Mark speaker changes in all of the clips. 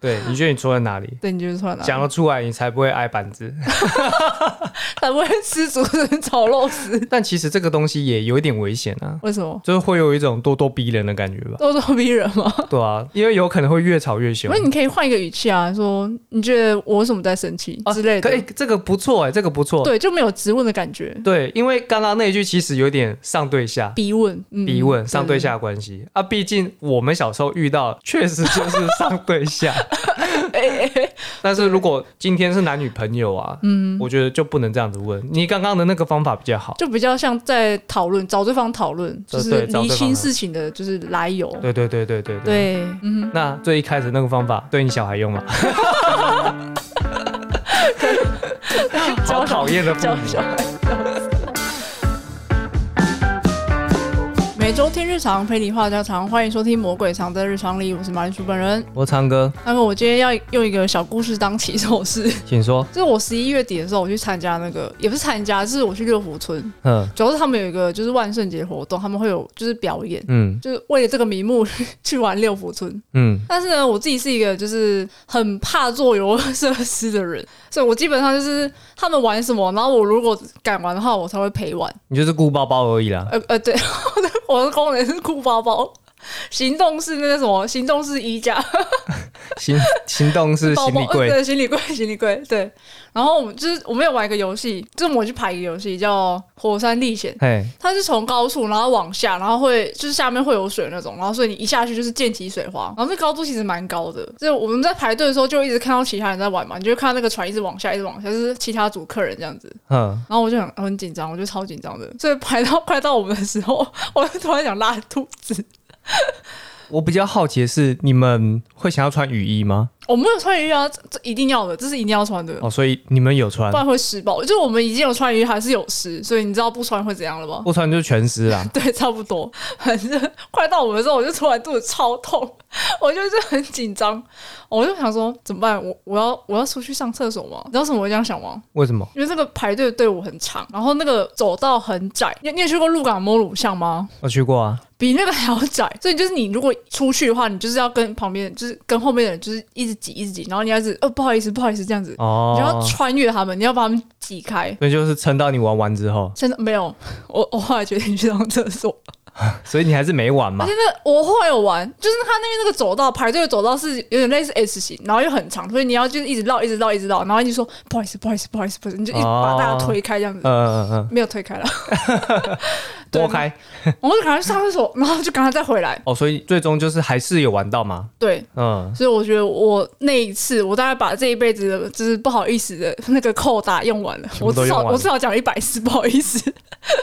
Speaker 1: 对，你觉得你错在哪里？
Speaker 2: 对，你觉得错在哪？
Speaker 1: 讲得出来，你才不会挨板子。
Speaker 2: 才不会吃竹笋炒肉丝？
Speaker 1: 但其实这个东西也有一点危险啊，
Speaker 2: 为什么？
Speaker 1: 就是会有一种咄咄逼人的感觉吧？
Speaker 2: 咄咄逼人吗？
Speaker 1: 对啊，因为有可能会越吵越凶
Speaker 2: 不。是，你可以换一个语气啊，说你觉得我为什么在生气
Speaker 1: 啊
Speaker 2: 之类的
Speaker 1: 可，以，这个不错哎、这个不错。
Speaker 2: 对，就没有质问的感觉，
Speaker 1: 对，因为刚刚那一句其实有点上对下。
Speaker 2: 逼问，嗯
Speaker 1: 逼问上对，下关系啊，毕竟我们小时候遇到确实就是上对下，
Speaker 2: 哎哎哎，
Speaker 1: 但是如果今天是男女朋友啊，
Speaker 2: 嗯，
Speaker 1: 我觉得就不能这样子问。你刚刚的那个方法比较好。
Speaker 2: 就比较像在讨论，找对方讨论，就
Speaker 1: 呃
Speaker 2: 是
Speaker 1: 对找对
Speaker 2: 厘
Speaker 1: 方
Speaker 2: 清
Speaker 1: 讨
Speaker 2: 事情的就是来由，
Speaker 1: 对对对对对对。
Speaker 2: 对，嗯，
Speaker 1: 那最一开始那个方法对你小孩用 吗？好讨厌的父
Speaker 2: 教
Speaker 1: 母
Speaker 2: 小孩。每周听日常，陪你话家常，欢迎收听《魔鬼藏在日常里》，我是马铃薯本人。
Speaker 1: 我唱歌，
Speaker 2: 那么我今天要用一个小故事当起手式，
Speaker 1: 请说。
Speaker 2: 就是我十一月底的时候，我去参加那个，也不是参加，就是我去六福村，
Speaker 1: 嗯
Speaker 2: 主要是他们有一个就是万圣节活动，他们会有就是表演，
Speaker 1: 嗯
Speaker 2: 就是为了这个名目 去玩六福村。
Speaker 1: 嗯
Speaker 2: 但是呢，我自己是一个就是很怕做游乐设施的人，所以我基本上就是他们玩什么，然后我如果敢玩的话，我才会陪玩。
Speaker 1: 你就是顾包包而已啦。
Speaker 2: 呃呃，对， 我的功能是酷包包。行动是那个什么，行动是衣架，
Speaker 1: 行行动是
Speaker 2: 包
Speaker 1: 行
Speaker 2: 包
Speaker 1: 李柜，
Speaker 2: 呃对，行李柜， 行李柜，对。然后我们就是我们有玩一个游戏，就是我们去排一个游戏叫《火山历险》，
Speaker 1: 嘿，
Speaker 2: 它是从高处然后往下，然后会就是下面会有水那种，然后所以你一下去就是溅起水花，然后这高度其实蛮高的。就是我们在排队的时候就一直看到其他人在玩嘛，你就会看到那个船一直往下，一直往下，就是其他组客人这样子。
Speaker 1: 嗯，
Speaker 2: 然后我就很哦很紧张，我就超紧张的，所以排到 快到我们的时候，我就突然想拉肚子。
Speaker 1: 我比较好奇的是，你们会想要穿雨衣吗？
Speaker 2: 我没有穿雨衣啊，这这一定要的，这是一定要穿的。
Speaker 1: 哦，所以你们有穿
Speaker 2: 不，然会湿爆，就我们已经有穿雨衣，还是有湿，所以你知道不穿会怎样了吗？ 。
Speaker 1: 不穿就是全湿啦
Speaker 2: 对，差不多。反正快到我们的时候，我就突然肚子超痛， 我就是很紧张，我就想说怎么办？我我要我要出去上厕所吗？你知道为什么我会这样想吗？
Speaker 1: 为什么？
Speaker 2: 因为这个排队的队伍很长，然后那个走道很窄。你你有去过鹿港摸乳巷吗？
Speaker 1: 我去过啊，
Speaker 2: 比那个还要窄，所以就是你如果出去的话，你就是要跟旁边，就是跟后面的人，就是一直挤，一直挤，然后你要一直呃不好意思，不好意思这样子，你就要
Speaker 1: 哦，
Speaker 2: 穿越他们，你要把他们挤开。
Speaker 1: 所以就是撑到你玩完之后，
Speaker 2: 真的没有，我我后来决定去上厕所，
Speaker 1: 所以你还是没玩嘛
Speaker 2: 而且。那我后来有玩，就是它那边那个走道排队的走道是有点类似 S 型，然后又很长，所以你要就是一直绕，一直绕，一直绕，然后你就说不好意思，不好意思，不好意思，不好意思，你就一直
Speaker 1: 哦
Speaker 2: 把大家推开这样子。
Speaker 1: 嗯嗯嗯，
Speaker 2: 没有推开了， 对
Speaker 1: 拨开
Speaker 2: 然后就赶快去上厕所，然后就赶快再回来。
Speaker 1: 哦，所以最终就是还是有玩到嘛。
Speaker 2: 对，
Speaker 1: 嗯，
Speaker 2: 所以我觉得我那一次，我大概把这一辈子的就是不好意思的那个扣打用完了。
Speaker 1: 全
Speaker 2: 我
Speaker 1: 部都
Speaker 2: 至
Speaker 1: 用
Speaker 2: 少
Speaker 1: 完了
Speaker 2: 我至少讲一百次不 好意思。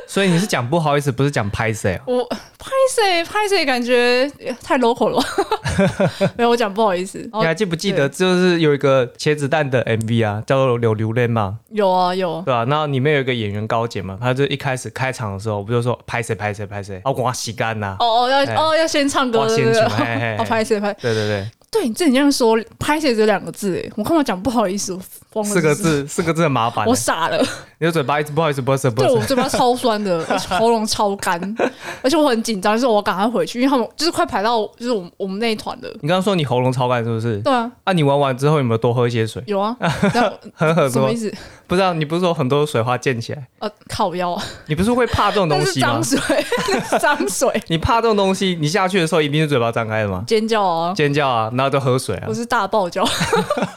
Speaker 1: 所以你是讲不好意思，不是讲拍谁啊？
Speaker 2: 我拍谁拍谁，感觉呃太 local 了 吧。没有，我讲不好意思。然后
Speaker 1: 你还记不记得，就是有一个茄子蛋的 MV 啊，叫做《柳流泪》嘛，
Speaker 2: 有啊有，
Speaker 1: 对吧、那里面有一个演员高姐嘛，她就一开始开场的时候，不就说拍谁拍谁拍谁，啊，我洗干呐，
Speaker 2: 哦哦要
Speaker 1: 哎
Speaker 2: 哦要先唱歌
Speaker 1: 哇
Speaker 2: 对
Speaker 1: 先
Speaker 2: 不对？
Speaker 1: 去嘿嘿嘿
Speaker 2: 哦拍谁拍？
Speaker 1: 对对
Speaker 2: 对你自己这样说，拍谁这两个字，哎，我干嘛讲不好意思？我
Speaker 1: 对，
Speaker 2: 疯了
Speaker 1: 四个
Speaker 2: 是不是，
Speaker 1: 字，四个字很麻烦欸
Speaker 2: 我，傻了。
Speaker 1: 你的嘴巴一直不好意思，不好意思，不
Speaker 2: 对
Speaker 1: 好
Speaker 2: 我
Speaker 1: 意思，
Speaker 2: 嘴巴超酸 的，我喉咙超干，而且我很紧张，就是我赶快回去，因为他们就是快排到就是我们我们那一团了。
Speaker 1: 你刚刚说你喉咙超干是不是？
Speaker 2: 对啊，
Speaker 1: 啊，你玩完之后有没有多喝一些水？
Speaker 2: 有 啊，然后
Speaker 1: 喝很
Speaker 2: 什么
Speaker 1: 多
Speaker 2: 意，思？
Speaker 1: 不知道你不是说很多水花溅起来？
Speaker 2: 呃，烤腰啊，
Speaker 1: 你不是会怕这种
Speaker 2: 那
Speaker 1: 东
Speaker 2: 是
Speaker 1: 西吗
Speaker 2: 脏？水， 那是脏水，
Speaker 1: 你怕这种东西，你下去的时候一定是嘴巴张开的吗？
Speaker 2: 尖叫啊！
Speaker 1: 尖叫啊，然后就喝水啊
Speaker 2: 我，是大爆叫，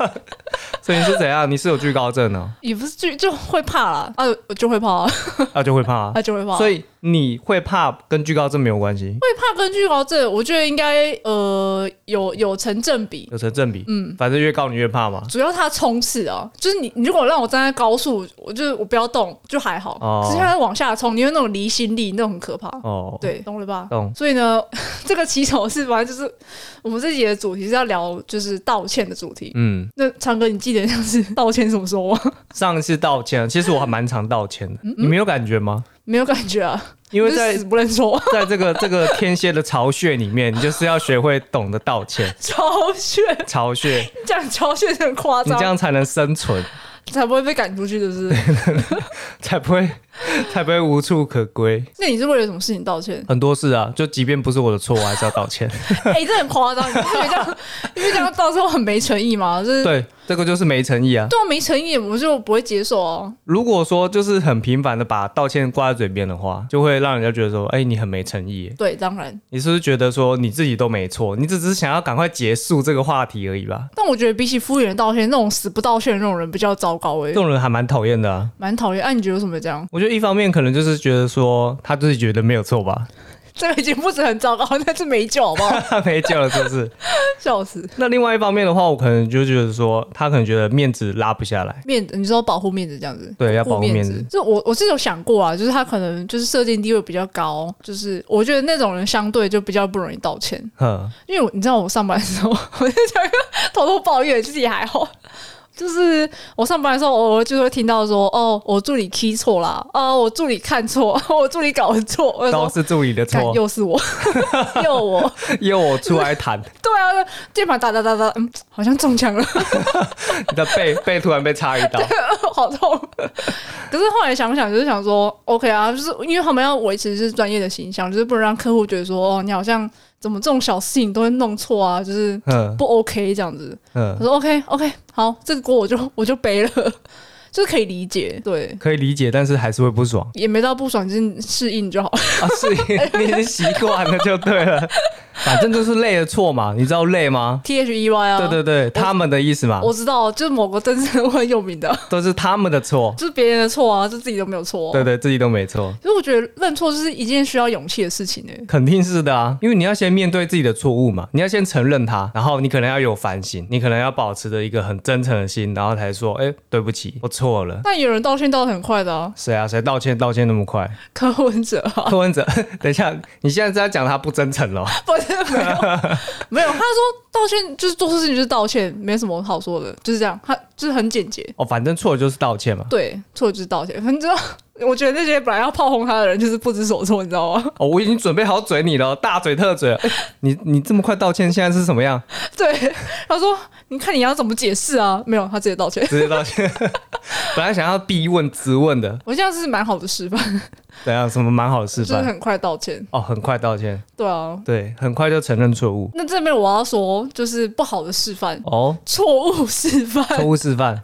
Speaker 1: 所以你是怎样？你是有惧高症哦，
Speaker 2: 也不是就就会怕啦，啊，我就会怕啊，
Speaker 1: 啊就会怕啊
Speaker 2: 啊，就会怕。
Speaker 1: 所
Speaker 2: 以
Speaker 1: 以你会怕跟惧高症没有关系，
Speaker 2: 会怕跟惧高症，我觉得应该呃有有成正比，
Speaker 1: 有成正比。
Speaker 2: 嗯，
Speaker 1: 反正越高你越怕嘛。
Speaker 2: 主要它冲刺啊，就是你，你如果让我站在高速，我就是我不要动就还好，
Speaker 1: 哦
Speaker 2: 只是它往下冲，你会那种离心力，那种很可怕。
Speaker 1: 哦，，
Speaker 2: 对，懂了吧？
Speaker 1: 懂。
Speaker 2: 所以呢， 这个起手是反正就是我们这集的主题是要聊就是道歉的主题。
Speaker 1: 嗯，
Speaker 2: 那长哥，你记得像是道歉什么时候吗？
Speaker 1: 上一次道歉，其实我还蛮常道歉的，你没有感觉吗？
Speaker 2: 没有感觉啊，
Speaker 1: 因为
Speaker 2: 嗯就是
Speaker 1: 在
Speaker 2: 死不认错，
Speaker 1: 在这个这个天蝎的巢穴里面，你就是要学会懂得 道歉。
Speaker 2: 超炫，
Speaker 1: 巢穴，
Speaker 2: 这样超炫很夸
Speaker 1: 你
Speaker 2: 张
Speaker 1: 这。样才能生存。
Speaker 2: 才不会被赶出去，是不是？
Speaker 1: 才不会才不会无处可归。
Speaker 2: 那你是为了什么事情道歉？
Speaker 1: 很多事啊，就即便不是我的错，我还是要道歉。
Speaker 2: 哎、这很夸张，你不觉得这样，你不觉得这样到时候很没诚意吗？就是
Speaker 1: 对，这个就是没诚意啊。
Speaker 2: 对啊，没诚意，我就不会接受啊。
Speaker 1: 如果说就是很频繁的把道歉挂在嘴边的话，就会让人家觉得说，哎、你很没诚意耶。
Speaker 2: 对，当然，
Speaker 1: 你是不是觉得说你自己都没错，你只是想要赶快结束这个话题而已吧？
Speaker 2: 但我觉得比起敷衍的道歉，那种死不道歉的那种人比较糟糕哎、
Speaker 1: 这种人还蛮讨厌的啊。
Speaker 2: 蛮讨厌。哎、你觉得为什么这样？
Speaker 1: 我觉得一方面可能就是觉得说他自己觉得没有错吧，
Speaker 2: 这个已经不是很糟糕， 那是没救，好不好？
Speaker 1: 他没救了是不 是？
Speaker 2: 笑死。
Speaker 1: 那另外一方面的话，我可能就觉得说他可能觉得面子拉不下来，
Speaker 2: 面子，你说保护面子这样子，
Speaker 1: 对，要保
Speaker 2: 顾
Speaker 1: 护
Speaker 2: 面
Speaker 1: 面子。。
Speaker 2: 就我我是有想过啊，就是他可能就是设定地位比较高，就是我觉得那种人相对就比较不容易道歉，
Speaker 1: 哼，
Speaker 2: 因为我你知道我上班的时候，我就想偷偷抱怨，其实也还好。就是我上班的时候，偶尔就会听到说，哦，我助理 key 错啦，啊，我助理看错， 我助理搞错，我就
Speaker 1: 都
Speaker 2: 说
Speaker 1: 是助理的
Speaker 2: 干
Speaker 1: 错，
Speaker 2: 又是我， 又我，
Speaker 1: 又我出来谈，
Speaker 2: 对啊，键盘打打打打，嗯，好像中枪了。
Speaker 1: 你的背 背突然被插一刀，
Speaker 2: 好痛。可是后来想想，就是想说，OK 啊，就是因为他们要维持是专业的形象，就是不能让客户觉得说，哦，你好像怎么这种小事情都会弄错啊，就是
Speaker 1: 嗯
Speaker 2: 不 OK 这样子。我
Speaker 1: 嗯，
Speaker 2: 说 OK OK，好，这个锅我就我就背了，就是可以理解，对。
Speaker 1: 可以理解，但是还是会不爽
Speaker 2: 也没到不爽，就是适应就好。
Speaker 1: 啊，是你已经习惯了就对了，反正就是累的错嘛，你知道累吗？
Speaker 2: T H E Y 啊，
Speaker 1: 对对对，他们的意思嘛，
Speaker 2: 我知道，就是某个真正很有名的，
Speaker 1: 都是他们的错，
Speaker 2: 就是别人的错啊，就自己都没有错、
Speaker 1: 对，对，自己都没错。
Speaker 2: 所以我觉得认错就是一件需要勇气的事情诶、欸
Speaker 1: 肯定是的啊，因为你要先面对自己的错误嘛，你要先承认它，然后你可能要有反省，你可能要保持着一个很真诚的心，然后才说，哎、对不起，我错了。
Speaker 2: 但有人道歉道的很快的啊，
Speaker 1: 谁啊？谁道歉？道歉那么快？
Speaker 2: 柯文哲啊，
Speaker 1: 柯文哲， 等一下，你现在是在讲他不真诚了？哦
Speaker 2: 不是没有 没有，他说道歉就是做错事情就是道歉，没什么好说的，就是这样，他就是很简洁，
Speaker 1: 哦，反正错了就是道歉嘛。
Speaker 2: 对，错就是道歉，反正 就我觉得那些本来要炮轰他的人就是不知所措，你知道吗？
Speaker 1: 哦，我已经准备好嘴你了，大嘴特嘴。哎你你这么快道歉，现在是什么 样？
Speaker 2: 对，他说你看你要怎么解释啊？没有，他直接道歉，
Speaker 1: 直接道歉。 本来想要逼问质问的，
Speaker 2: 我这样是蛮好的示范，
Speaker 1: 怎样？什么蛮好的
Speaker 2: 就
Speaker 1: 示
Speaker 2: 是
Speaker 1: 范？
Speaker 2: 很快道歉，
Speaker 1: 哦，很快道歉，
Speaker 2: 对啊。
Speaker 1: 对，很快就承认错误。
Speaker 2: 那这边我要说就是不好的示范。
Speaker 1: 哦，
Speaker 2: 错误示范，
Speaker 1: 错误示 范。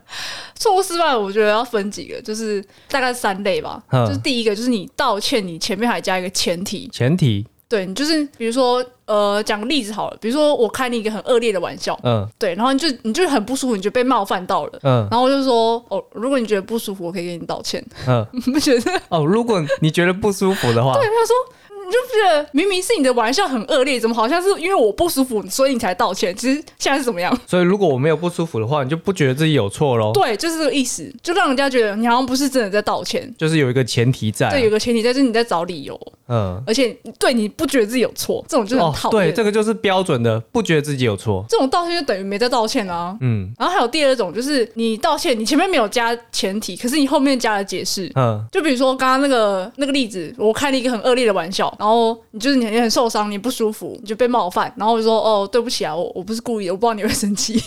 Speaker 2: 错误示范，我觉得要分几个，就是大概三类吧。
Speaker 1: 嗯
Speaker 2: 就是第一个，就是你道歉，你前面还加一个前提，
Speaker 1: 前提，
Speaker 2: 对你就是比如说呃，讲个例子好了，比如说我开你一个很恶劣的玩笑，
Speaker 1: 嗯
Speaker 2: 对，然后你就你就很不舒服，你就被冒犯到了。
Speaker 1: 嗯
Speaker 2: 然后我就说哦，如果你觉得不舒服，我可以给你道歉。
Speaker 1: 嗯，
Speaker 2: 你不觉得？对，
Speaker 1: 哦，如果你觉得不舒服的话，
Speaker 2: 他说你就不觉得明明是你的玩笑很恶劣，怎么好像是因为我不舒服，所以你才道歉？其实现在是怎么样？
Speaker 1: 所以如果我没有不舒服的话，你就不觉得自己有错喽，
Speaker 2: 对，就是这个意思，就让人家觉得你好像不是真的在道歉。
Speaker 1: 就是有一个前提在啊、
Speaker 2: 对，有个前提在，就是你在找理由，
Speaker 1: 嗯，
Speaker 2: 而且对你不觉得自己有错，这种就是很
Speaker 1: 哦
Speaker 2: 讨，厌。
Speaker 1: 对，这个就是标准的，不觉得自己有错，
Speaker 2: 这种道歉就等于没在道歉啊。
Speaker 1: 嗯
Speaker 2: 然后还有第二种，就是你道歉，你前面没有加前提，可是你后面加了解释。
Speaker 1: 嗯
Speaker 2: 就比如说刚刚那个那个例子，我开了一个很恶劣的玩笑，然后你就是你很你很受伤，你不舒服，你就被冒犯，然后我就说哦对不起啊，我我不是故意的，我不知道你会生 气，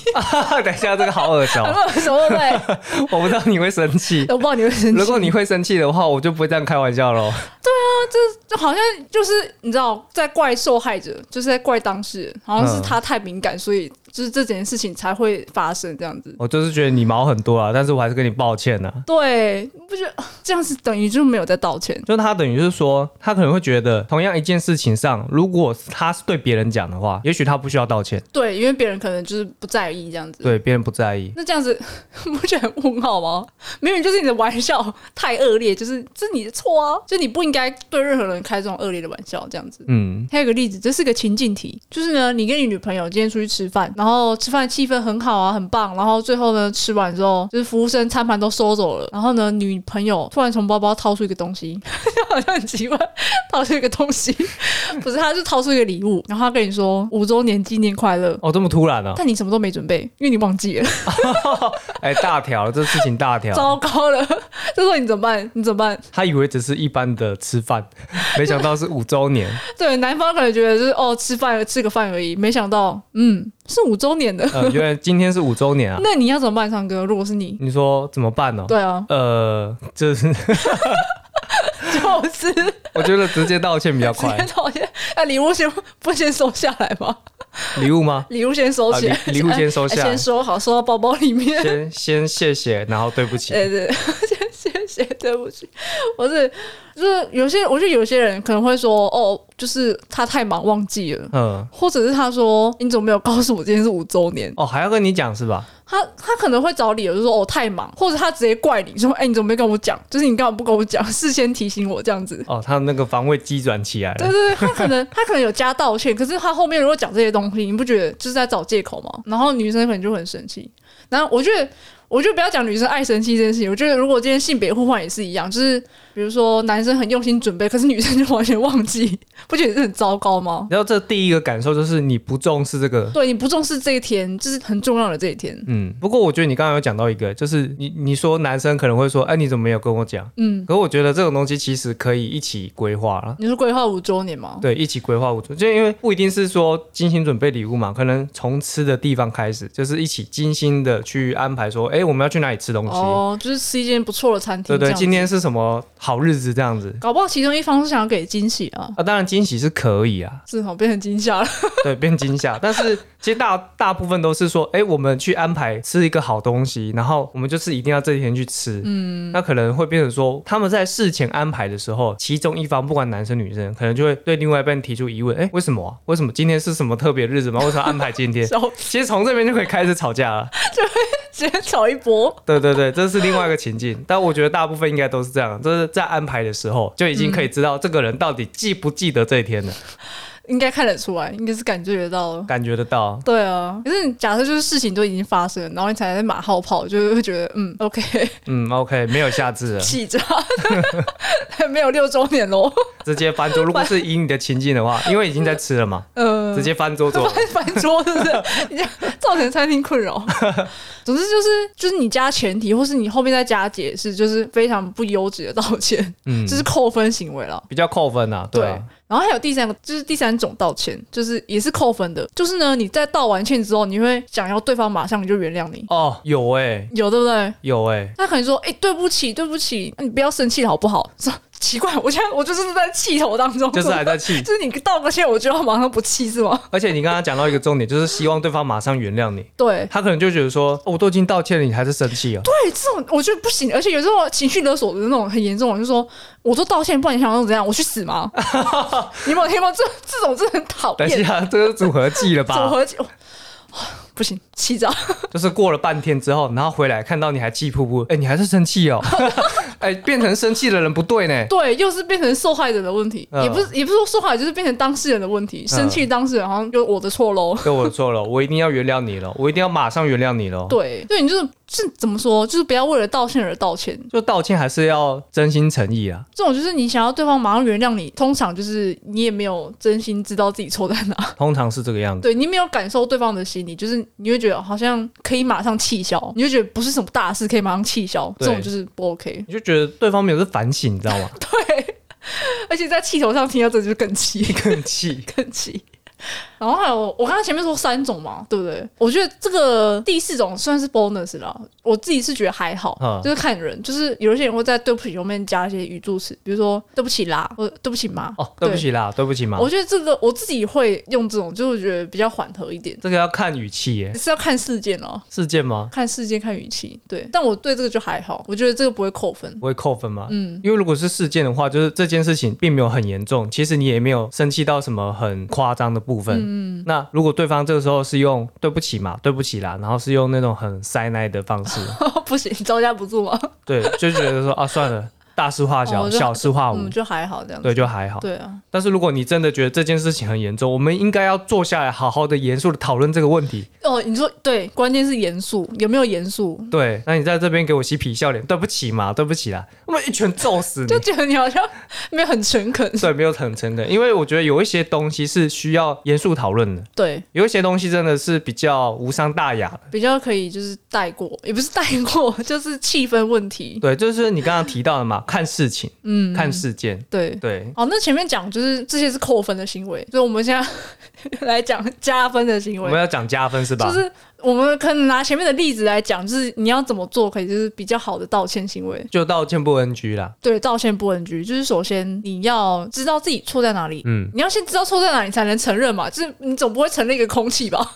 Speaker 1: 等一下这个好耳熟，
Speaker 2: 什么哦对不对？ 啊
Speaker 1: 我不知道你会生气。
Speaker 2: 我不知道你会 生
Speaker 1: 如
Speaker 2: 气，
Speaker 1: 果你会生气的话，我就不会这样开玩笑 喽。
Speaker 2: 就好像就是你知道在怪受害者，就是在怪当事人，好像是他太敏感，所以就是这件事情才会发生这样子。
Speaker 1: 我就是觉得你毛很多啊，但是我还是跟你抱歉啊。
Speaker 2: 对，不觉得这样子等于就没有在道歉？
Speaker 1: 就他等于是说，他可能会觉得，同样一件事情上，如果他是对别人讲的话，也许他不需要道歉，
Speaker 2: 对，因为别人可能就是不在意这样子。
Speaker 1: 对别人不在意。
Speaker 2: 那这样子 你不觉得很问号吗？明明就是你的玩笑 太恶劣，就是这是你的错啊，就你不应该对任何人开这种恶劣的玩笑这样子。
Speaker 1: 嗯，
Speaker 2: 还有一个例子，这是个情境题，就是呢，你跟你女朋友今天出去吃饭，然后吃饭气氛很好啊，很棒，然后最后呢，吃完之后，就是服务生餐盘都收走了，然后呢，女朋友突然从包包掏出一个东西， 好像很奇怪，掏出一个东西， 不是，她就掏出一个礼物，然后她跟你说五周年纪念快乐，
Speaker 1: 哦，这么突然啊！
Speaker 2: 但你什么都没准备，因为你忘记了，
Speaker 1: 哎、大条，这事情大 条。
Speaker 2: 糟糕了，这时候你怎么办？你怎么办？
Speaker 1: 他以为只是一般的吃饭，没想到是五周年。
Speaker 2: 对，男方可能觉得就是哦，吃饭吃个饭而已，没想到，嗯，是五周年的，
Speaker 1: 呃，原来今天是五周年啊。
Speaker 2: 那你要怎么办？唱歌？如果是你，
Speaker 1: 你说怎么办呢、
Speaker 2: 对啊，
Speaker 1: 呃，就是
Speaker 2: 就是
Speaker 1: 我觉得直接道歉比较
Speaker 2: 直
Speaker 1: 快
Speaker 2: 接。道歉。哎，礼物先不先收下来吗？
Speaker 1: 礼物吗？
Speaker 2: 礼物先收起来
Speaker 1: 啊，礼礼物先收下来
Speaker 2: 哎先收好，收到包包里面。
Speaker 1: 先先谢谢，然后对不起。
Speaker 2: 对对，谢谢谢，对不起，我是就是有些，我觉得有些人可能会说，哦，就是他太忙忘记了，
Speaker 1: 嗯，
Speaker 2: 或者是他说你怎么没有告诉我今天是五周年？
Speaker 1: 哦，还要跟你讲是吧？
Speaker 2: 他他可能会找理由就说哦太忙，或者他直接怪你说，哎、你怎么没跟我讲？ 就是你干嘛不跟我讲？事先提醒我这样子。
Speaker 1: 哦，他那个防卫机转起来
Speaker 2: 对
Speaker 1: 了。
Speaker 2: 对对，他可能他可能有加道歉，可是他后面如果讲这些东西，你不觉得就是在找借口吗？然后女生可能就很生气。然后我觉得，我觉得不要讲女生爱生气这件事情，我觉得如果今天性别互换也是一样，就是比如说男生很用心准备，可是女生就完全忘记，不觉得这很糟糕吗？
Speaker 1: 然后这第一个感受就是你不重视这个。
Speaker 2: 对，你不重视这一天，这、是很重要的这一天。
Speaker 1: 嗯，不过我觉得你刚刚有讲到一个，就是你你说男生可能会说，哎、你怎么没有跟我讲？
Speaker 2: 嗯，
Speaker 1: 可我觉得这种东西其实可以一起规划了。
Speaker 2: 你是规划五周年吗？
Speaker 1: 对，一起规划五周，就因为不一定是说精心准备礼物嘛，可能从吃的地方开始，就是一起精心的去安排说，哎、我们要去哪里吃东西，
Speaker 2: 哦，就是吃一间不错的餐厅
Speaker 1: 对
Speaker 2: 这
Speaker 1: 对，
Speaker 2: 样子。
Speaker 1: 今天是什么好日子这样子
Speaker 2: 搞不好其中一方是想要给惊喜啊，
Speaker 1: 啊？当然惊喜是可以啊，
Speaker 2: 正好变成惊吓了。
Speaker 1: 对，变惊吓，但是其实大大部分都是说，哎、我们去安排吃一个好东西，然后我们就是一定要这几天去吃，嗯，那可能会变成说，他们在事前安排的时候，其中一方不管男生女生，可能就会对另外一半提出疑问，哎、为什么、啊？为什么今天是什么特别日子吗？为什么要安排 今天？
Speaker 2: 然后
Speaker 1: 其实从这边就可以开始吵架了。
Speaker 2: 直接炒一波。
Speaker 1: 对对对，这是另外一个情境，但我觉得大部分应该都是这样，就是在安排的时候就已经可以知道这个人到底记不记得这一天了，
Speaker 2: 应该看得出来，应该是感觉得到了。
Speaker 1: 感觉得到。
Speaker 2: 对啊，可是假设就是事情都已经发生，然后你才在马后炮，就是会觉得嗯，OK，
Speaker 1: 嗯，OK，没有下次 了，
Speaker 2: 气炸，还没有六周年喽，
Speaker 1: 直接翻桌。如果是以你的情境的话，因为已经在吃了 嘛，
Speaker 2: 呃
Speaker 1: 直，接翻桌 做。
Speaker 2: 翻桌是不是？你这样造成餐厅 困扰。总之就是就是你加前提，或是你后面再加解释，就是非常不优质的道歉，
Speaker 1: 嗯，
Speaker 2: 这是扣分行为了。
Speaker 1: 比较扣分啊，对啊，
Speaker 2: 然后还有第三个，就是第三种道歉，就是也是扣分的，就是呢，你在道完歉之后，你会想要对方马上就原谅你，
Speaker 1: 哦，有哎、
Speaker 2: 有对不对？
Speaker 1: 有哎、
Speaker 2: 他可能说：“哎、对不起，对不起，你不要生气好不好？”说奇怪，我现在我就是在气头当中，
Speaker 1: 就是还在 气。
Speaker 2: 就是你道个歉，我就要马上不气是吗？
Speaker 1: 而且你刚刚讲到一个重点，就是希望对方马上原谅你，
Speaker 2: 对
Speaker 1: 他可能就觉得说，哦我都已经道歉了，你还是生气啊？
Speaker 2: 对，这种我觉得不行，而且有时候情绪勒索的那种很严重，我就说我都道歉，不然你想要怎样？我去 死吗？你有没有听过这这种真的很讨
Speaker 1: 等一
Speaker 2: 厌，
Speaker 1: 下，这个是组合技了
Speaker 2: 组
Speaker 1: 吧？
Speaker 2: 合起。哇不行，气炸！
Speaker 1: 就是过了半天之后，然后回来看到你还气噗噗，哎、你还是生气哦， 哎、变成生气的人不对 呢。
Speaker 2: 对，又是变成受害人的问题，
Speaker 1: 嗯
Speaker 2: 也不是也不是说受害人，就是变成当事人的问题。生气当事人好像就我的错喽。
Speaker 1: 对，我错了，我一定要原谅你了，我一定要马上原谅你了。
Speaker 2: 对，对，你就是是怎么说，就是不要为了道歉而道歉。
Speaker 1: 就道歉还是要真心诚意啊。
Speaker 2: 这种就是你想要对方马上原谅你，通常就是你也没有真心知道自己错在哪，
Speaker 1: 通常是这个样子。
Speaker 2: 对你没有感受对方的心理，就是你会觉得好像可以马上气消，你会觉得不是什么大事可以马上气消，这
Speaker 1: 对
Speaker 2: 种就是不 OK。
Speaker 1: 你就觉得对方没有是反省，你知道吗？
Speaker 2: 对，而且在气头上听到这就更气。
Speaker 1: 更气。
Speaker 2: 更气。然后还有，我刚才前面说三种嘛，对不对？我觉得这个第四种算是 bonus 啦，我自己是觉得还好
Speaker 1: 嗯，
Speaker 2: 就是看人，就是有一些人会在对不起后面加一些语助词，比如说对不起啦，或者对不起嘛。
Speaker 1: 哦，对不起啦，对不起嘛。
Speaker 2: 我觉得这个我自己会用这种，就是我觉得比较缓和一点，
Speaker 1: 这个要看语气耶，
Speaker 2: 是要看事件哦，
Speaker 1: 事件吗？
Speaker 2: 看事件看语气。对，但我对这个就还好，我觉得这个不会扣分。
Speaker 1: 不会扣分吗？
Speaker 2: 嗯，
Speaker 1: 因为如果是事件的话，就是这件事情并没有很严重，其实你也没有生气到什么很夸张的部分。嗯，那如果对方这个时候是用对不起嘛，对不起啦，然后是用那种很塞奶的方 式，
Speaker 2: 不行，招架不住嘛，
Speaker 1: 对，就觉得说啊，算了，大事化小，
Speaker 2: 哦就
Speaker 1: 小事化无，
Speaker 2: 嗯，就还好这样子。
Speaker 1: 对，就还好。
Speaker 2: 对啊，
Speaker 1: 但是如果你真的觉得这件事情很严重，我们应该要坐下来好好的、严肃的讨论这个问题。
Speaker 2: 哦，你说对，关键是严肃，有没有严肃？
Speaker 1: 对，那你在这边给我嬉皮笑脸，对不起嘛，对不起啦，我们一拳揍 死你。
Speaker 2: 就觉得你好像没有很诚恳。
Speaker 1: 对，没有很诚恳，因为我觉得有一些东西是需要严肃讨论的，
Speaker 2: 对，
Speaker 1: 有一些东西真的是比较无伤大雅的。
Speaker 2: 比较可以就是带过，也不是带过，就是气氛问题。
Speaker 1: 对，就是你刚刚提到的嘛，法看事 情、
Speaker 2: 嗯，
Speaker 1: 看事件。
Speaker 2: 对。
Speaker 1: 对，
Speaker 2: 哦，那前面讲就是这些是扣分的行为，所以我们现在 来讲加分的行
Speaker 1: 我
Speaker 2: 为
Speaker 1: 们。要讲加分是吧？
Speaker 2: 就是我们可能拿前面的例子来讲，就是你要怎么做可以就是比较好的道歉行为。
Speaker 1: 就道歉不 NG 啦。
Speaker 2: 对，道歉不 NG，就是首先你要知道自己错在哪里。
Speaker 1: 嗯，
Speaker 2: 你要先知道错在哪里，你才能承认嘛。就是你总不会承认一个空气吧，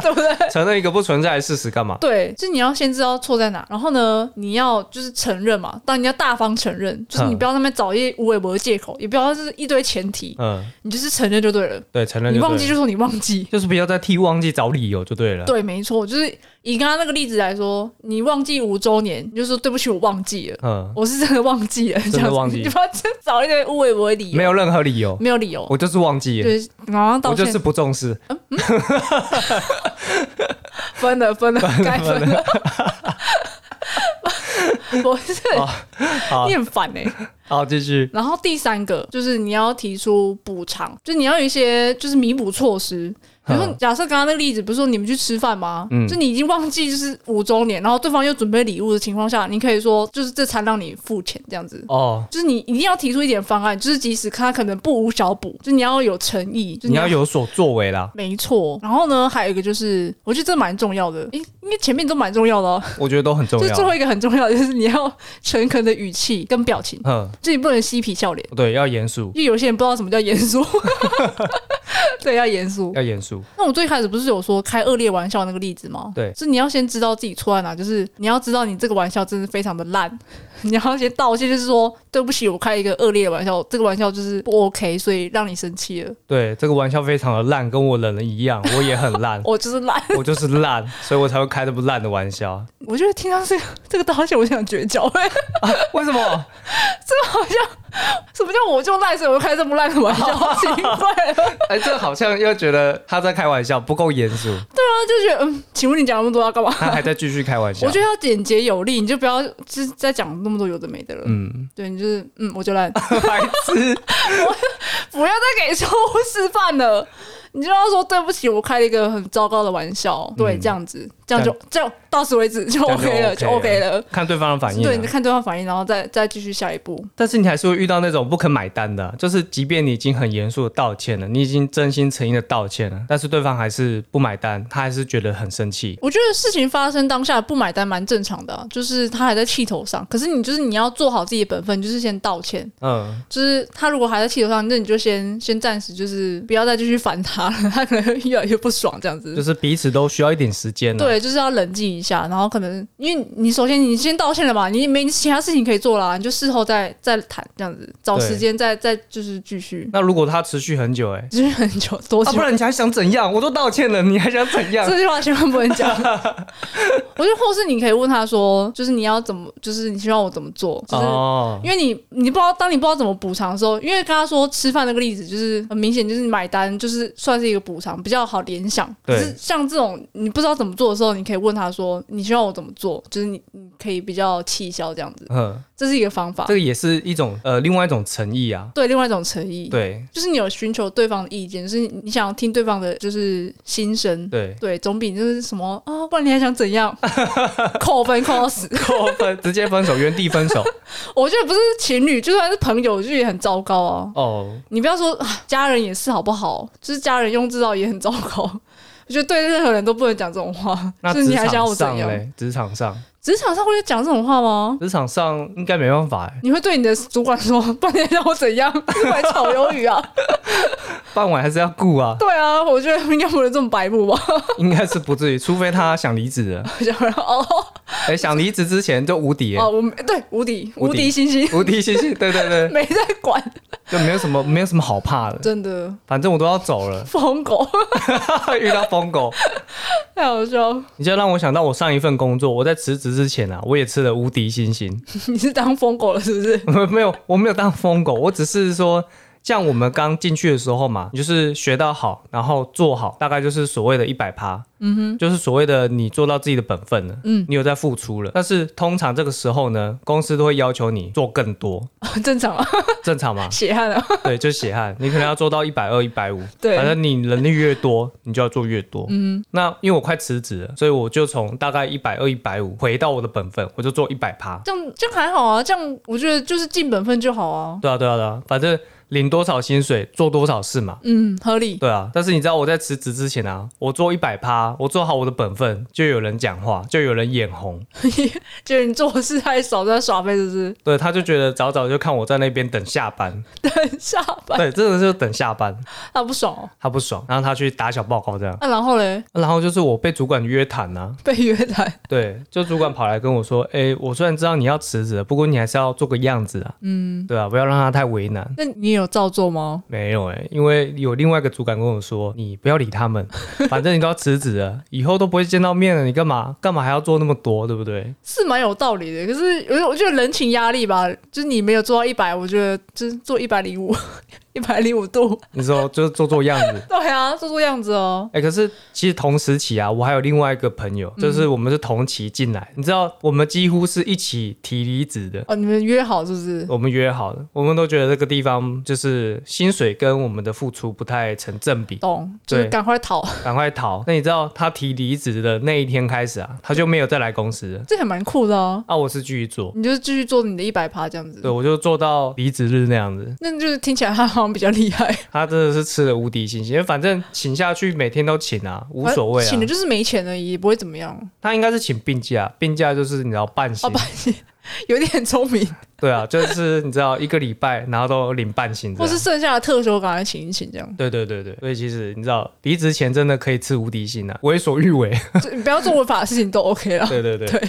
Speaker 2: 对不对？
Speaker 1: 嗯承认一个不存在的事实干嘛？
Speaker 2: 对，就是你要先知道错在哪，然后呢，你要就是承认嘛。当然你要大方承认，就是你
Speaker 1: 嗯
Speaker 2: 不要那边找一些无为不的借口，也不要就是一堆前提，
Speaker 1: 嗯，
Speaker 2: 你就是承认就对了。
Speaker 1: 对，承认
Speaker 2: 你
Speaker 1: 就对
Speaker 2: 忘记
Speaker 1: 了
Speaker 2: 就说你忘记，
Speaker 1: 就是不要再替忘记找理由就对了。
Speaker 2: 对，没错，就是以刚刚那个例子来说，你忘记五周年，你就说对不起，我忘记了，
Speaker 1: 嗯，
Speaker 2: 我是真的忘记了，这
Speaker 1: 的
Speaker 2: 样子
Speaker 1: 忘记
Speaker 2: 你不要真找一堆误会我的理由，
Speaker 1: 没有任何理由，
Speaker 2: 没有理由，
Speaker 1: 我就是忘记了，
Speaker 2: 对，然后道
Speaker 1: 我
Speaker 2: 歉
Speaker 1: 就是不重视。
Speaker 2: 分了分了，该分了。 我是
Speaker 1: 哦好
Speaker 2: 你很烦哎、
Speaker 1: 好，继续。
Speaker 2: 然后第三个就是你要提出补偿，就是你要有一些就是弥补措施。比如说
Speaker 1: 嗯，
Speaker 2: 假设刚刚那个例子，不是说你们去吃饭吗？
Speaker 1: 嗯
Speaker 2: 就你已经忘记就是五周年，然后对方又准备礼物的情况下，你可以说就是这餐让你付钱这样子。
Speaker 1: 哦，
Speaker 2: 就是你一定要提出一点方案，就是即使他可能不无小补，就是你要有诚意，就是
Speaker 1: 你要有所作为啦。
Speaker 2: 没错。然后呢，还有一个就是，我觉得这蛮重要的，应应该前面都蛮重要的、哦，
Speaker 1: 我觉得都很重
Speaker 2: 就是最
Speaker 1: 要。
Speaker 2: 后一个很重要的就是你要诚恳的语气跟表情，
Speaker 1: 嗯，
Speaker 2: 就你不能嬉皮笑脸。
Speaker 1: 对，要严肃，
Speaker 2: 就有些人不知道什么叫严肃， 对，要严肃。
Speaker 1: 要严肃。
Speaker 2: 那我最开始不是有说开恶劣玩笑那个例子吗？
Speaker 1: 对
Speaker 2: 是你要先知道自己错在哪，就是你要知道你这个玩笑真的非常的烂， 你要先道歉，就是说对不起，我开一个恶劣的玩笑，这个玩笑就是不 OK，所以让你生气了，，
Speaker 1: 对，这个玩笑非常的烂，跟我冷人一样，我也很烂
Speaker 2: 我就是烂。
Speaker 1: 我就是烂，所以我才会开这么烂的玩笑。
Speaker 2: 我觉得听到这个这个道歉，我想绝交。
Speaker 1: 为什么？
Speaker 2: 什么叫我就烂，所以我就开这么烂的玩笑？ 奇怪了，
Speaker 1: 哎，这好像又觉得他在开玩笑，不够严肃，
Speaker 2: 他就觉得嗯，请问你讲那么多要干嘛？
Speaker 1: 他还在继续开玩笑
Speaker 2: 我。觉得要简洁有力，你就不要就是再讲那么多有的没的了。
Speaker 1: 嗯，
Speaker 2: 对你就是嗯，我就 烂，
Speaker 1: 白痴，
Speaker 2: 不要再给错误示范了。 你就要说对不起，我开了一个很糟糕的玩笑。对，这样子，这样就这样到此为止就
Speaker 1: 样就
Speaker 2: OK 了，就
Speaker 1: OK
Speaker 2: OK 了。
Speaker 1: 看对方的反应
Speaker 2: 对，你
Speaker 1: 啊。
Speaker 2: 看对方反应，然后再再继续下一步。
Speaker 1: 但是你还是会遇到那种不肯买单的啊，就是即便你已经很严肃的道歉了，你已经真心诚意的道歉了，但是对方还是不买单，他还是觉得很生气。
Speaker 2: 我觉得事情发生当下不买单蛮正常的啊、就是他还在气头上。可是你就是你要做好自己的本分，就是先道歉。
Speaker 1: 嗯，
Speaker 2: 就是他如果还在气头上，那你就先先暂时就是不要再继续烦他了，他可能会越来越不爽这样子。
Speaker 1: 就是彼此都需要一点时间啊了。
Speaker 2: 对，就是要冷静一下，然后可能因为你首先你先道歉了嘛，你没其他事情可以做啦，你就事后再再谈这样子，找
Speaker 1: 对
Speaker 2: 时间再再就是继续，
Speaker 1: 那如果他持续很久、欸，哎、
Speaker 2: 就是很久多久。
Speaker 1: 啊，不然你还想怎样？我都道歉了，你还想怎 样？
Speaker 2: 这句话千万不能 讲。我觉得或是你可以问他说，就是你要怎么，就是你希望我怎么做，就是
Speaker 1: 哦，
Speaker 2: 因为你你不知道，当你不知道怎么补偿的时候，因为刚刚说吃饭那个例子，就是很明显，就是你买单就是算是一个补偿，比较好联想。
Speaker 1: 对
Speaker 2: 可是像这种你不知道怎么做的时候，你可以问他说：“你希望我怎么做？”就是你你可以比较气消这样子，
Speaker 1: 嗯，
Speaker 2: 这是一个方法
Speaker 1: 这。个也是一种呃，另外一种诚意啊。
Speaker 2: 对，另外一种诚意，，
Speaker 1: 对
Speaker 2: 就是你有寻求对方的意见，就是你你想要听对方的就是心声。
Speaker 1: 对，
Speaker 2: 对，总比就是什么啊、不然你还想怎样？扣分扣到死，
Speaker 1: 扣分，直接分手，原地分手。
Speaker 2: 我觉得不是情侣，就算是朋友，就也很糟糕啊。
Speaker 1: 哦，
Speaker 2: 你不要说啊家人也是好不好？就是家人用字道也很糟糕。 我觉得对任何人都不能讲这种话。
Speaker 1: 那
Speaker 2: 就是
Speaker 1: 职
Speaker 2: 你还想要
Speaker 1: 场
Speaker 2: 我怎
Speaker 1: 上
Speaker 2: 样？
Speaker 1: 嘞？职场上，
Speaker 2: 职场上会讲这种话吗？
Speaker 1: 职场上应该没办法、欸，
Speaker 2: 你会对你的主管说：“ 不然你还想我怎样？” 来炒鱿鱼啊？
Speaker 1: 饭碗还是要顾啊，
Speaker 2: 对啊，我觉得应该不能这么白目吧？
Speaker 1: 应该是不至于，除非他想离职 了。
Speaker 2: 我想说哦
Speaker 1: 哎、想离职之前就无敌、欸
Speaker 2: 哦，我们对无敌
Speaker 1: 无敌
Speaker 2: 无敌 星星
Speaker 1: 无敌信息，对对对，
Speaker 2: 没在管，
Speaker 1: 就没有什么没有什么好怕的，
Speaker 2: 真的
Speaker 1: 反正我都要走了，
Speaker 2: 疯狗
Speaker 1: 遇到疯狗，
Speaker 2: 太好笑了。
Speaker 1: 你就让我想到我上一份工作，我在辞职之前啊，我也吃了无敌星星，
Speaker 2: 你是当疯狗了是不是？
Speaker 1: 没有，我没有当疯狗，我只是说像我们刚进去的时候嘛，你就是学到好，然后做好，大概就是所谓的一百趴，嗯哼，就是所谓的你做到自己的本分了，嗯，你有在付出了。但是通常这个时候呢，公司都会要求你做更多，
Speaker 2: 正常啊，？
Speaker 1: 正常嘛
Speaker 2: 血汗啊，
Speaker 1: 对，就是血汗，你可能要做到一百二、一百五，
Speaker 2: 对
Speaker 1: 反正你能力越多，你就要做越多。嗯，那因为我快辞职了，所以我就从大概一百二、一百五回到我的本分，我就做一百趴。
Speaker 2: 这样这样还好啊，这样我觉得就是尽本分就好啊，
Speaker 1: 对啊，对啊，对啊，反正领多少薪水做多少事嘛。
Speaker 2: 嗯，合理，
Speaker 1: 对啊，但是你知道我在辞职之前啊，我做一百趴，我做好我的本分，就有人讲话，就有人眼红，
Speaker 2: 就是你做事太少，在耍废，是不是？
Speaker 1: 对，他就觉得早早就看我在那边等下班，
Speaker 2: 等下班，
Speaker 1: 对，真的是等下班，
Speaker 2: 他不爽哦、
Speaker 1: 他不爽，然后他去打小报告这样，
Speaker 2: 那、然后嘞，
Speaker 1: 然后就是我被主管约谈啊，
Speaker 2: 被约谈，
Speaker 1: 对，就主管跑来跟我说，哎，我虽然知道你要辞职了，不过你还是要做个样子啊，嗯，对啊，不要让他太为难。
Speaker 2: 那你有照做吗？
Speaker 1: 没有哎、因为有另外一个主管跟我说，你不要理他们，反正你都要辞职了，以后都不会见到面了，你干嘛干嘛还要做那么多，对不对？
Speaker 2: 是蛮有道理的，可是有时候我觉得人情压力吧，就是你没有做到一百，我觉得就是做一百零五， 一百零五度，
Speaker 1: 你说就是做做样子。
Speaker 2: 对啊，做做样子哦。
Speaker 1: 哎、可是其实同时期啊，我还有另外一个朋友，就是我们是同期进来，你知道，我们几乎是一起提离职的。
Speaker 2: 哦，你们约好是不是？
Speaker 1: 我们约好了，我们都觉得这个地方就是薪水跟我们的付出不太成正比，
Speaker 2: 懂，就是
Speaker 1: 对
Speaker 2: 赶快逃，
Speaker 1: 赶快逃。那你知道他提离职的那一天开始啊，他就没有再来公司了。
Speaker 2: 这还蛮酷的啊。
Speaker 1: 啊，我是继续做，
Speaker 2: 你就继续做你的一百趴这样子
Speaker 1: 对，，我就做到离职日那样子。
Speaker 2: 那就是听起来他好像比较厉害，
Speaker 1: 他真的是吃了无敌信心，因为反正请下去每天都请啊，无所谓啊
Speaker 2: 请。的就是没钱而已，也不会怎么样。
Speaker 1: 他应该是请病假，病假就是你知道半薪
Speaker 2: 哦，，不，有点聪明，
Speaker 1: 对啊，就是你知道一个礼拜，然后都领半薪这
Speaker 2: 或是
Speaker 1: 样。
Speaker 2: 剩下的特休赶快请一请这样，
Speaker 1: 对对对对，所以其实你知道，离职前真的可以吃无敌心啊，为所欲 为。
Speaker 2: 就你不要做违法的事情都 OK 了。
Speaker 1: 对对对。
Speaker 2: 对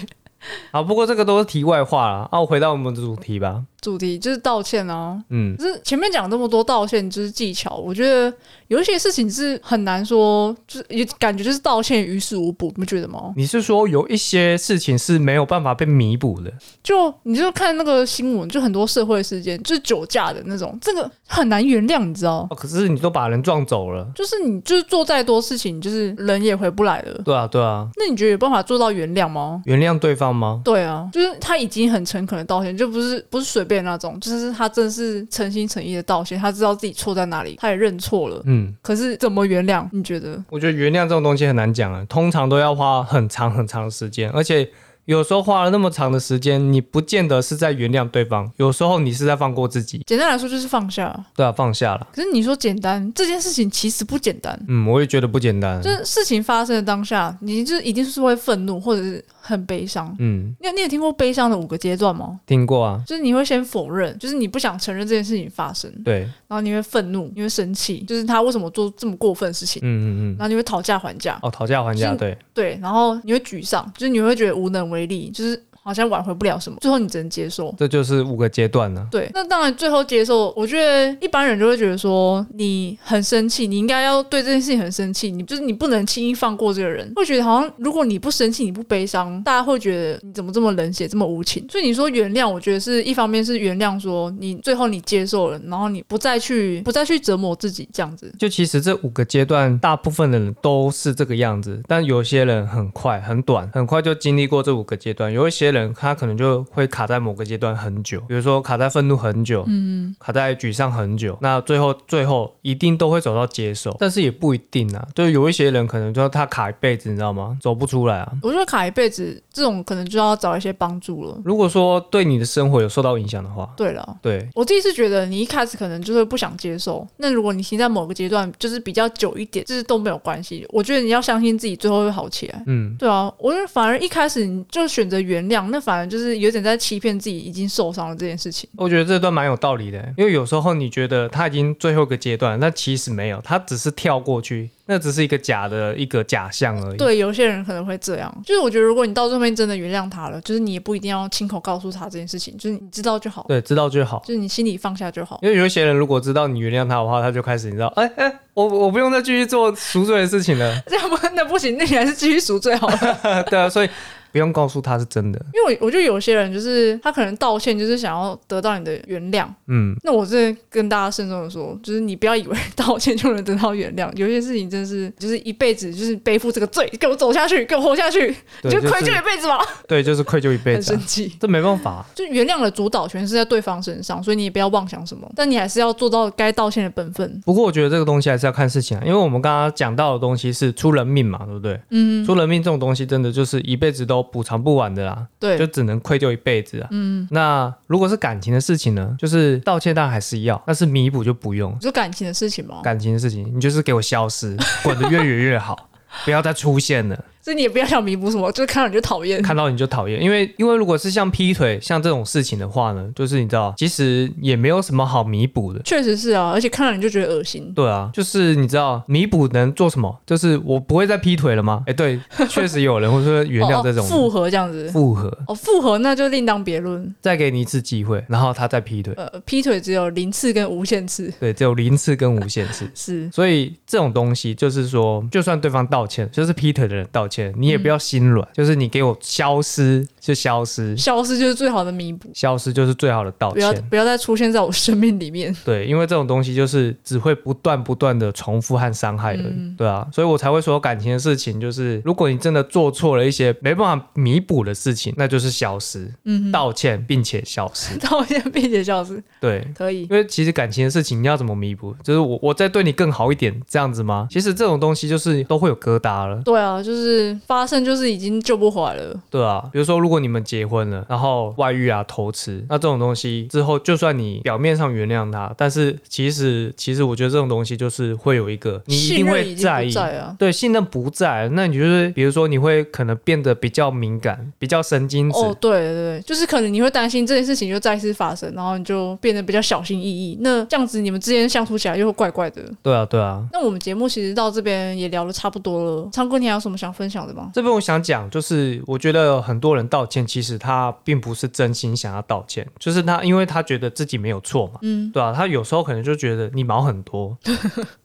Speaker 1: 好，不过这个都是题外话了。啊，我回到我们的主题吧。
Speaker 2: 主题就是道歉啊，
Speaker 1: 嗯，
Speaker 2: 可是前面讲这么多道歉就是技巧，我觉得有一些事情是很难说，就是也感觉就是道歉于事无补，你不觉得吗？
Speaker 1: 你是说有一些事情是没有办法被弥补的？
Speaker 2: 就你就看那个新闻，就很多社会事件，就是酒驾的那种，这个很难原谅，你知道？
Speaker 1: 哦，可是你都把人撞走了。
Speaker 2: 就是你就是做再多事情，就是人也回不来了。
Speaker 1: 对啊，对啊，
Speaker 2: 那你觉得有办法做到原谅吗？
Speaker 1: 原谅对方吗？
Speaker 2: 对啊，就是他已经很诚恳的道歉，就不是不是随便那种，就是他真的是诚心诚意的道歉，他知道自己错在哪里，他也认错了。
Speaker 1: 嗯，
Speaker 2: 可是怎么原谅？你觉得？
Speaker 1: 我觉得原谅这种东西很难讲啊，通常都要花很长很长的时间，而且有时候花了那么长的时间，你不见得是在原谅对方，有时候你是在放过自己。
Speaker 2: 简单来说就是放下。
Speaker 1: 对啊，放下了。
Speaker 2: 可是你说简单这件事情其实不简单，
Speaker 1: 嗯，我也觉得不简单
Speaker 2: 就。是事情发生的当下，你就是一定是会愤怒或者是很悲伤。
Speaker 1: 嗯，
Speaker 2: 你有你有听过悲伤的五个阶段吗？
Speaker 1: 听过啊。
Speaker 2: 就是你会先否认，就是你不想承认这件事情发生，
Speaker 1: 对，
Speaker 2: 然后你会愤怒，你会生气，就是他为什么做这么过分的事情，
Speaker 1: 嗯嗯嗯
Speaker 2: 然。后你会讨价还价，
Speaker 1: 哦，讨价还价，
Speaker 2: 是
Speaker 1: 对，
Speaker 2: 对，然后你会沮丧，就是你会觉得无能为力，就是好像挽回不了什么，最后你只能接受。
Speaker 1: 这就是五个阶段呢。
Speaker 2: 对，那当然最后接受，我觉得一般人就会觉得说你很生气，你应该要对这件事情很生气，你就是你不能轻易放过这个人，会觉得好像如果你不生气，你不悲伤，大家会觉得你怎么这么冷血，这么无情。所以你说原谅，我觉得是一方面是原谅说你最后你接受了，然后你不再去不再去折磨自己这样子。
Speaker 1: 就其实这五个阶段，大部分的人都是这个样子，但有些人很快、很短，很快就经历过这五个阶段。有一些人他可能就会卡在某个阶段很久，比如说卡在愤怒很久，嗯，卡在沮丧很久。那最后最后一定都会走到接受，但是也不一定啊。就有一些人可能就他卡一辈子，你知道吗？走不出来啊。
Speaker 2: 我觉得卡一辈子这种可能就要找一些帮助了。
Speaker 1: 如果说对你的生活有受到影响的话，
Speaker 2: 对了。
Speaker 1: 对，
Speaker 2: 我自己是觉得，你一开始可能就是不想接受。那如果你停在某个阶段，就是比较久一点，就是都没有关系。我觉得你要相信自己，最后会好起来。
Speaker 1: 嗯，
Speaker 2: 对啊，我觉得反而一开始你就选择原谅，那反而就是有点在欺骗自己已经受伤了这件事情。
Speaker 1: 我觉得这段蛮有道理的，因为有时候你觉得他已经最后一个阶段，那其实没有，他只是跳过去，那只是一个假的一个假象而已。
Speaker 2: 对，有些人可能会这样。就是我觉得，如果你到最后面真的原谅他了，就是你也不一定要亲口告诉他这件事情，就是你知道就好，
Speaker 1: 对，知道就好。
Speaker 2: 就是你心里放下就好。 。
Speaker 1: 因为有一些人如果知道你原谅他的话，他就开始你知道，哎哎，我我不用再继续做赎罪的事情了
Speaker 2: 这样不那不行，那你还是继续赎罪好了。
Speaker 1: 对啊，所以不用告诉他是真的。
Speaker 2: 因为我我觉得有些人就是他可能道歉就是想要得到你的原谅，
Speaker 1: 嗯，
Speaker 2: 那我真的跟大家慎重的说，就是你不要以为 道歉就能得到原谅，有些事情真是就是一辈子就是背负这个罪，给我走下去，给我活下去，你
Speaker 1: 对，
Speaker 2: 就
Speaker 1: 就
Speaker 2: 愧疚
Speaker 1: 是
Speaker 2: 一辈子吧，
Speaker 1: 对，就是愧疚一辈
Speaker 2: 很
Speaker 1: 子啊、
Speaker 2: 生气。
Speaker 1: 这没办法啊、
Speaker 2: 就原谅的主导权是在对方身上，所以你也不要妄想什么，但你还是要做到该道歉的本分。
Speaker 1: 不过我觉得这个东西还是要看事情啊，因为我们刚刚讲到的东西是出人命嘛，对不对？
Speaker 2: 嗯，
Speaker 1: 出人命这种东西真的就是一辈子都补偿不完的啦，
Speaker 2: 对
Speaker 1: 就，只能愧疚一辈子啊。
Speaker 2: 嗯，
Speaker 1: 那如果是感情的事情呢，就是道歉当然还是要，但是弥补就不用。
Speaker 2: 就感情的事情嘛，
Speaker 1: 感情的事情，你就是给我消 失，滚得越远越好，不要再出现了。
Speaker 2: 所以你也不要想弥补什么，就是看到你就讨厌。
Speaker 1: 看到你就讨厌，因为因为如果是像劈腿像这种事情的话呢，就是你知道，其实也没有什么好弥补的。
Speaker 2: 确实是啊，而且看到你就觉得恶心。
Speaker 1: 对啊，就是你知道弥补能做什么？就是我不会再劈腿了吗？哎，对，确实有人 会说原谅这种
Speaker 2: 哦哦
Speaker 1: 复
Speaker 2: 复合这样子，
Speaker 1: 复合，
Speaker 2: 哦，复合那就另当别论。
Speaker 1: 再给你一次机会，然后他再劈腿，
Speaker 2: 呃，劈腿只有零次跟无限次，
Speaker 1: 对，只有零次跟无限次。
Speaker 2: 是
Speaker 1: 所以这种东西就是说，就算对方道歉，就是劈腿的人道歉，你也不要心
Speaker 2: 嗯
Speaker 1: 软，就是你给我消失就消失，
Speaker 2: 消失就是最好的弥补，
Speaker 1: 消失就是最好的道
Speaker 2: 不要
Speaker 1: 歉。
Speaker 2: 不要再出现在我生命里面。
Speaker 1: 对，因为这种东西就是只会不断不断的重复和伤害人，
Speaker 2: 嗯
Speaker 1: 对啊，所以我才会说感情的事情，就是如果你真的做错了一些没办法弥补的事情，那就是消失、
Speaker 2: 嗯哼，
Speaker 1: 道歉并且消失。
Speaker 2: 道歉并且消失，
Speaker 1: 对，
Speaker 2: 可以。
Speaker 1: 因为其实感情的事情你要怎么弥补？就是我我再对你更好一点这样子吗？其实这种东西就是都会有疙瘩了，
Speaker 2: 对啊，就是发生就是已经救不回来了。
Speaker 1: 对啊。比如说如果你们结婚了，然后外遇啊、偷吃，那这种东西之后，就算你表面上原谅他，但是其实其实我觉得这种东西就是会有一个你一
Speaker 2: 信
Speaker 1: 定
Speaker 2: 任
Speaker 1: 会
Speaker 2: 已经
Speaker 1: 在
Speaker 2: 不
Speaker 1: 意。
Speaker 2: 在啊。
Speaker 1: 对，信任不在，那你就是比如说你会可能变得比较敏感，比较神经质。
Speaker 2: 哦，对对对，就是可能你会担心这件事情就再次发生，然后你就变得比较小心翼翼。那这样子你们之间相处起来又会怪怪的。
Speaker 1: 对啊，对啊。
Speaker 2: 那我们节目其实到这边也聊的差不多了，昌哥，你还有什么想分享的吗？
Speaker 1: 这边我想讲，就是我觉得很多人道歉，其实他并不是真心想要道歉，就是他因为他觉得自己没有错嘛，
Speaker 2: 嗯，
Speaker 1: 对啊，他有时候可能就觉得你毛很 多，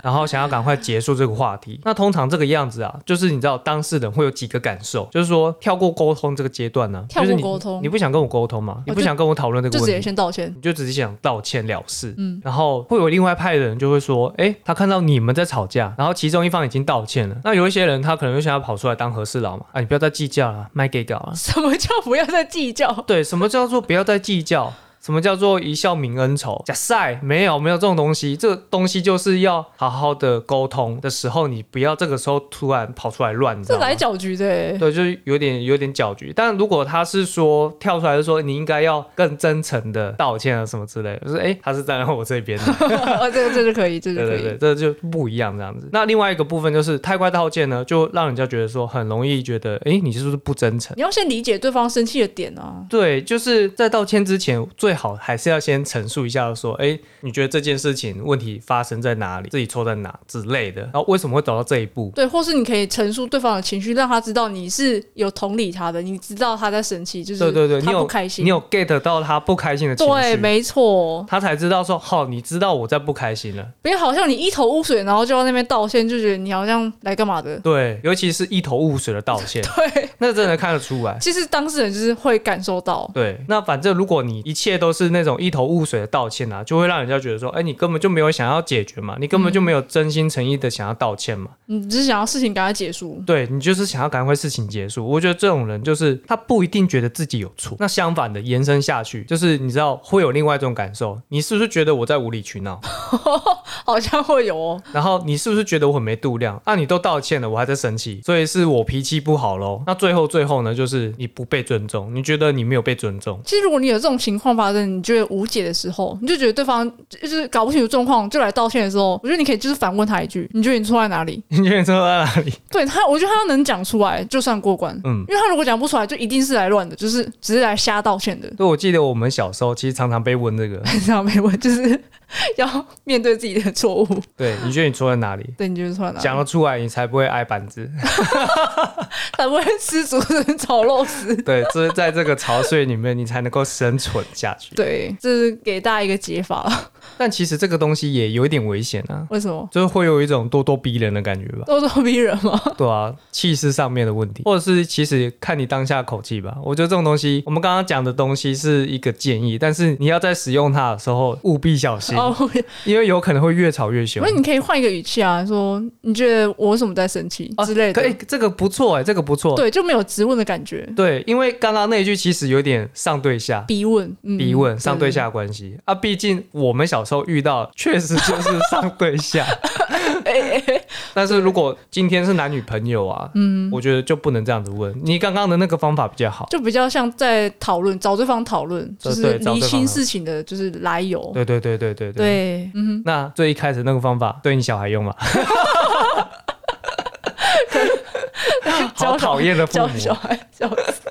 Speaker 1: 然后想要赶快结束这个话题。那通常这个样子啊，就是你知道当事人会有几个感受，就是说跳过沟通这个阶段呢、
Speaker 2: 跳过
Speaker 1: 就是你
Speaker 2: 沟通
Speaker 1: 你不想跟我沟通嘛，你
Speaker 2: 哦
Speaker 1: 不
Speaker 2: 就
Speaker 1: 想跟我讨论这个
Speaker 2: 就直
Speaker 1: 问
Speaker 2: 接
Speaker 1: 题，
Speaker 2: 先道歉。
Speaker 1: 你就只是想道歉了事。
Speaker 2: 嗯
Speaker 1: 然后会有另外一派的人就会说，哎，他看到你们在吵架，然后其中一方已经道歉了，那有一些人他可能就想要跑出来当和事佬嘛，啊，你不要再计较了，卖给搞啊，
Speaker 2: 什么叫不要再计较？
Speaker 1: 对，什么叫做不要再计较？什么叫做一笑泯恩仇？假赛没有没有这种东西，这个东西就是要好好的沟通的时候，你不要这个时候突然跑出来乱，你知
Speaker 2: 这
Speaker 1: 道吗
Speaker 2: 来搅局 的、欸，
Speaker 1: 对，就是有点有点搅局。但如果他是说跳出来就说你应该要更真诚的道歉啊什么之类的，就是哎、诶他是站在我这 边的，
Speaker 2: 哦，这个这就可以，这就
Speaker 1: 对对
Speaker 2: 可以。
Speaker 1: 对，这就不一样这样子。那另外一个部分就是太快道歉呢，就让人家觉得说很容易觉得，哎，你是不是不真诚？
Speaker 2: 你要先理解对方生气的点啊。
Speaker 1: 对，就是在道歉之前，最好还是要先陈述一下，说，哎，你觉得这件事情问题发生在哪里，自己错在哪之类的，然后为什么会走到这一步？
Speaker 2: 对，或是你可以陈述对方的情绪，让他知道你是有同理他的，你知道他在生气，就是
Speaker 1: 对对对，你
Speaker 2: 他不
Speaker 1: 有
Speaker 2: 开心，
Speaker 1: 你有 get 到他不开心的情绪，
Speaker 2: 对，没错，
Speaker 1: 他才知道说，好、你知道我在不开心了。
Speaker 2: 别好像你一头雾水，然后就要那边道歉，就觉得你好像来干嘛的。
Speaker 1: 对，尤其是一头雾水的道歉，
Speaker 2: 对，
Speaker 1: 那真的看得出来。
Speaker 2: 其实当事人就是会感受到，
Speaker 1: 对，那反正如果你一切都是那种一头雾水的道歉啊，就会让人家觉得说，哎，你根本就没有想要解决嘛，你根本就没有真心诚意的想要道歉嘛，
Speaker 2: 你只是想要事情赶快结束。
Speaker 1: 对你就是想要赶快事情结束。我觉得这种人就是他不一定觉得自己有错，那相反的延伸下去，就是你知道会有另外一种感受，你是不是觉得我在无理取闹？
Speaker 2: 好像会有哦，
Speaker 1: 然后你是不是觉得我很没度量？啊，你都道歉了，我还在生气，所以是我脾气不好喽。那最后最后呢，就是你不被尊重，你觉得你没有被尊重，
Speaker 2: 其实如果你有这种情况发生，你觉得无解的时候，你就觉得对方就是搞不清楚状况就来道歉的时候，我觉得你可以就是反问他一句：“你觉得你错在哪里
Speaker 1: 你觉得错在哪里？？”
Speaker 2: 对他，我觉得他要能讲出来就算过关，
Speaker 1: 嗯。
Speaker 2: 因为他如果讲不出来，就一定是来乱的，就是只是来瞎道歉的。
Speaker 1: 对，我记得我们小时候其实常常被问这个，
Speaker 2: 这 样没问，就是要面对自己的错误。
Speaker 1: 对，你觉得你错在哪里？
Speaker 2: 对，你觉得错在哪里？
Speaker 1: 讲了出来，你才不会挨板子。
Speaker 2: 他不会吃竹笋炒肉丝。
Speaker 1: 对，这是在这个潮水里面，你才能够生存下去。
Speaker 2: 对，这是给大家一个解法了。
Speaker 1: 但其实这个东西也有一点危险啊，
Speaker 2: 为什么？
Speaker 1: 就是会有一种咄咄逼人的感觉吧。
Speaker 2: 咄咄逼人吗？
Speaker 1: 对啊，气势上面的问题，或者是其实看你当下口气吧。我觉得这种东西，我们刚刚讲的东西是一个建议，但是你要在使用它的时候务必小心，
Speaker 2: 哦，
Speaker 1: 因为有可能会越吵越凶
Speaker 2: 不是，。你可以换一个语气啊，说你觉得我为什么在生气之类的
Speaker 1: 哦可，以，这个不错哎、这个不错。
Speaker 2: 对，就没有质问的感觉，
Speaker 1: 对，因为刚刚那一句其实有点上对下。
Speaker 2: 逼问，嗯
Speaker 1: 逼问上对，下关系啊，毕竟我们小时候遇到确实就是上对下，
Speaker 2: 哎，哎
Speaker 1: 但是如果今天是男女朋友啊，嗯，我觉得就不能这样子问。你刚刚的那个方法比较好，
Speaker 2: 就比较像在讨论，找对方讨论，
Speaker 1: 对
Speaker 2: 就是
Speaker 1: 呃对找对
Speaker 2: 厘
Speaker 1: 方
Speaker 2: 清
Speaker 1: 讨
Speaker 2: 事情的，就是来由。
Speaker 1: 对对对对对对。
Speaker 2: 对，嗯，
Speaker 1: 那最一开始那个方法对你小孩 用吗？好
Speaker 2: 教小
Speaker 1: 讨厌的父
Speaker 2: 教
Speaker 1: 母，
Speaker 2: 小孩，笑死。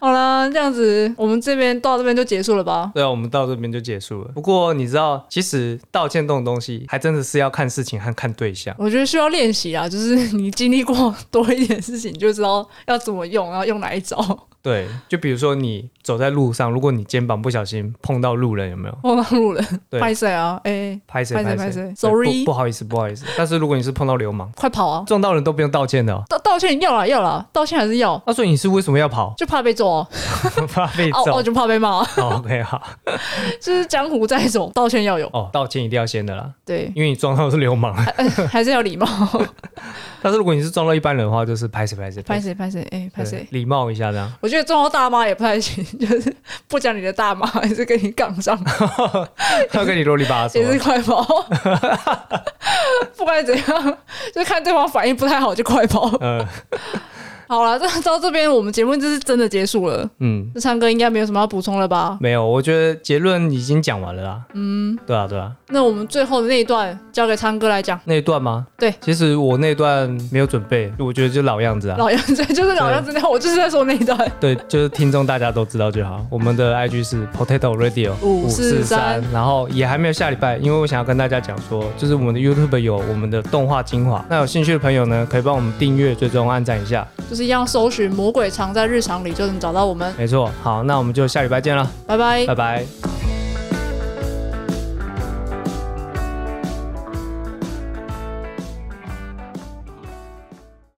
Speaker 2: 好啦，这样子，我们这边到这边就结束了吧？
Speaker 1: 对啊，我们到这边就结束了。不过你知道，其实道歉这种东西，还真的是要看事情和看对象。
Speaker 2: 我觉得需要练习啊，就是你经历过多一点事情，你就知道要怎么用，然后用哪一招。
Speaker 1: 对，就比如说你走在路上，如果你肩膀不小心碰到路人，有没有？
Speaker 2: 碰到路人，
Speaker 1: 对
Speaker 2: 拍谁啊？哎、
Speaker 1: 拍谁
Speaker 2: 拍谁
Speaker 1: 谁
Speaker 2: 拍谁
Speaker 1: 对
Speaker 2: Sorry
Speaker 1: 不不好意思不好意思。但是如果你是碰到流氓，
Speaker 2: 快跑啊！
Speaker 1: 撞到人都不用道歉的、哦。啊
Speaker 2: 道道歉要啦要啦，道歉还是要，
Speaker 1: 那、所以你是为什么要 跑？
Speaker 2: 就怕被揍哦、
Speaker 1: 怕被
Speaker 2: 哦
Speaker 1: 揍
Speaker 2: 哦，。就怕被骂，
Speaker 1: 哦 OK 好，
Speaker 2: 就是江湖再走，道歉要有，
Speaker 1: 哦，道歉一定要先的啦，
Speaker 2: 对，
Speaker 1: 因为你撞到的是流氓。
Speaker 2: 还是 要礼貌，
Speaker 1: 但是如果你是撞到一般人的话，就是拍谁拍谁
Speaker 2: 拍谁拍谁，哎拍
Speaker 1: 对
Speaker 2: 谁。
Speaker 1: 礼貌一下这样。
Speaker 2: 我觉得中到大妈也不太行，就是不讲你的大妈，还是跟你杠上，
Speaker 1: 他跟你啰里吧
Speaker 2: 也
Speaker 1: 嗦，
Speaker 2: 是快跑。不管怎样，就看对方反应不太好就快跑。
Speaker 1: 嗯
Speaker 2: 好了，这到这边我们节目就是真的结束了。
Speaker 1: 嗯，
Speaker 2: 这唱歌应该没有什么要补充了吧？
Speaker 1: 没有，我觉得结论已经讲完了啦。嗯，对啊对啊，
Speaker 2: 那我们最后的那一段交给唱歌来讲。
Speaker 1: 那一段吗？
Speaker 2: 对
Speaker 1: 其实我那一段没有准备，我觉得就老样子啊。
Speaker 2: 老样子， 就是老样子那样，我就是在说那一段。
Speaker 1: 对，就是听众大家都知道就好。我们的 IG 是 Potato Radio
Speaker 2: 543，
Speaker 1: 然后也还没有下礼拜，因为我想要跟大家讲说，就是我们的 YouTube 有我们的动画精华，那有兴趣的朋友呢，可以帮我们订阅、追踪、按赞一下。
Speaker 2: 就是一样搜寻“魔鬼藏在日常里”就能找到我们。
Speaker 1: 没错，好，那我们就下礼拜见了，
Speaker 2: 拜拜
Speaker 1: 拜。拜。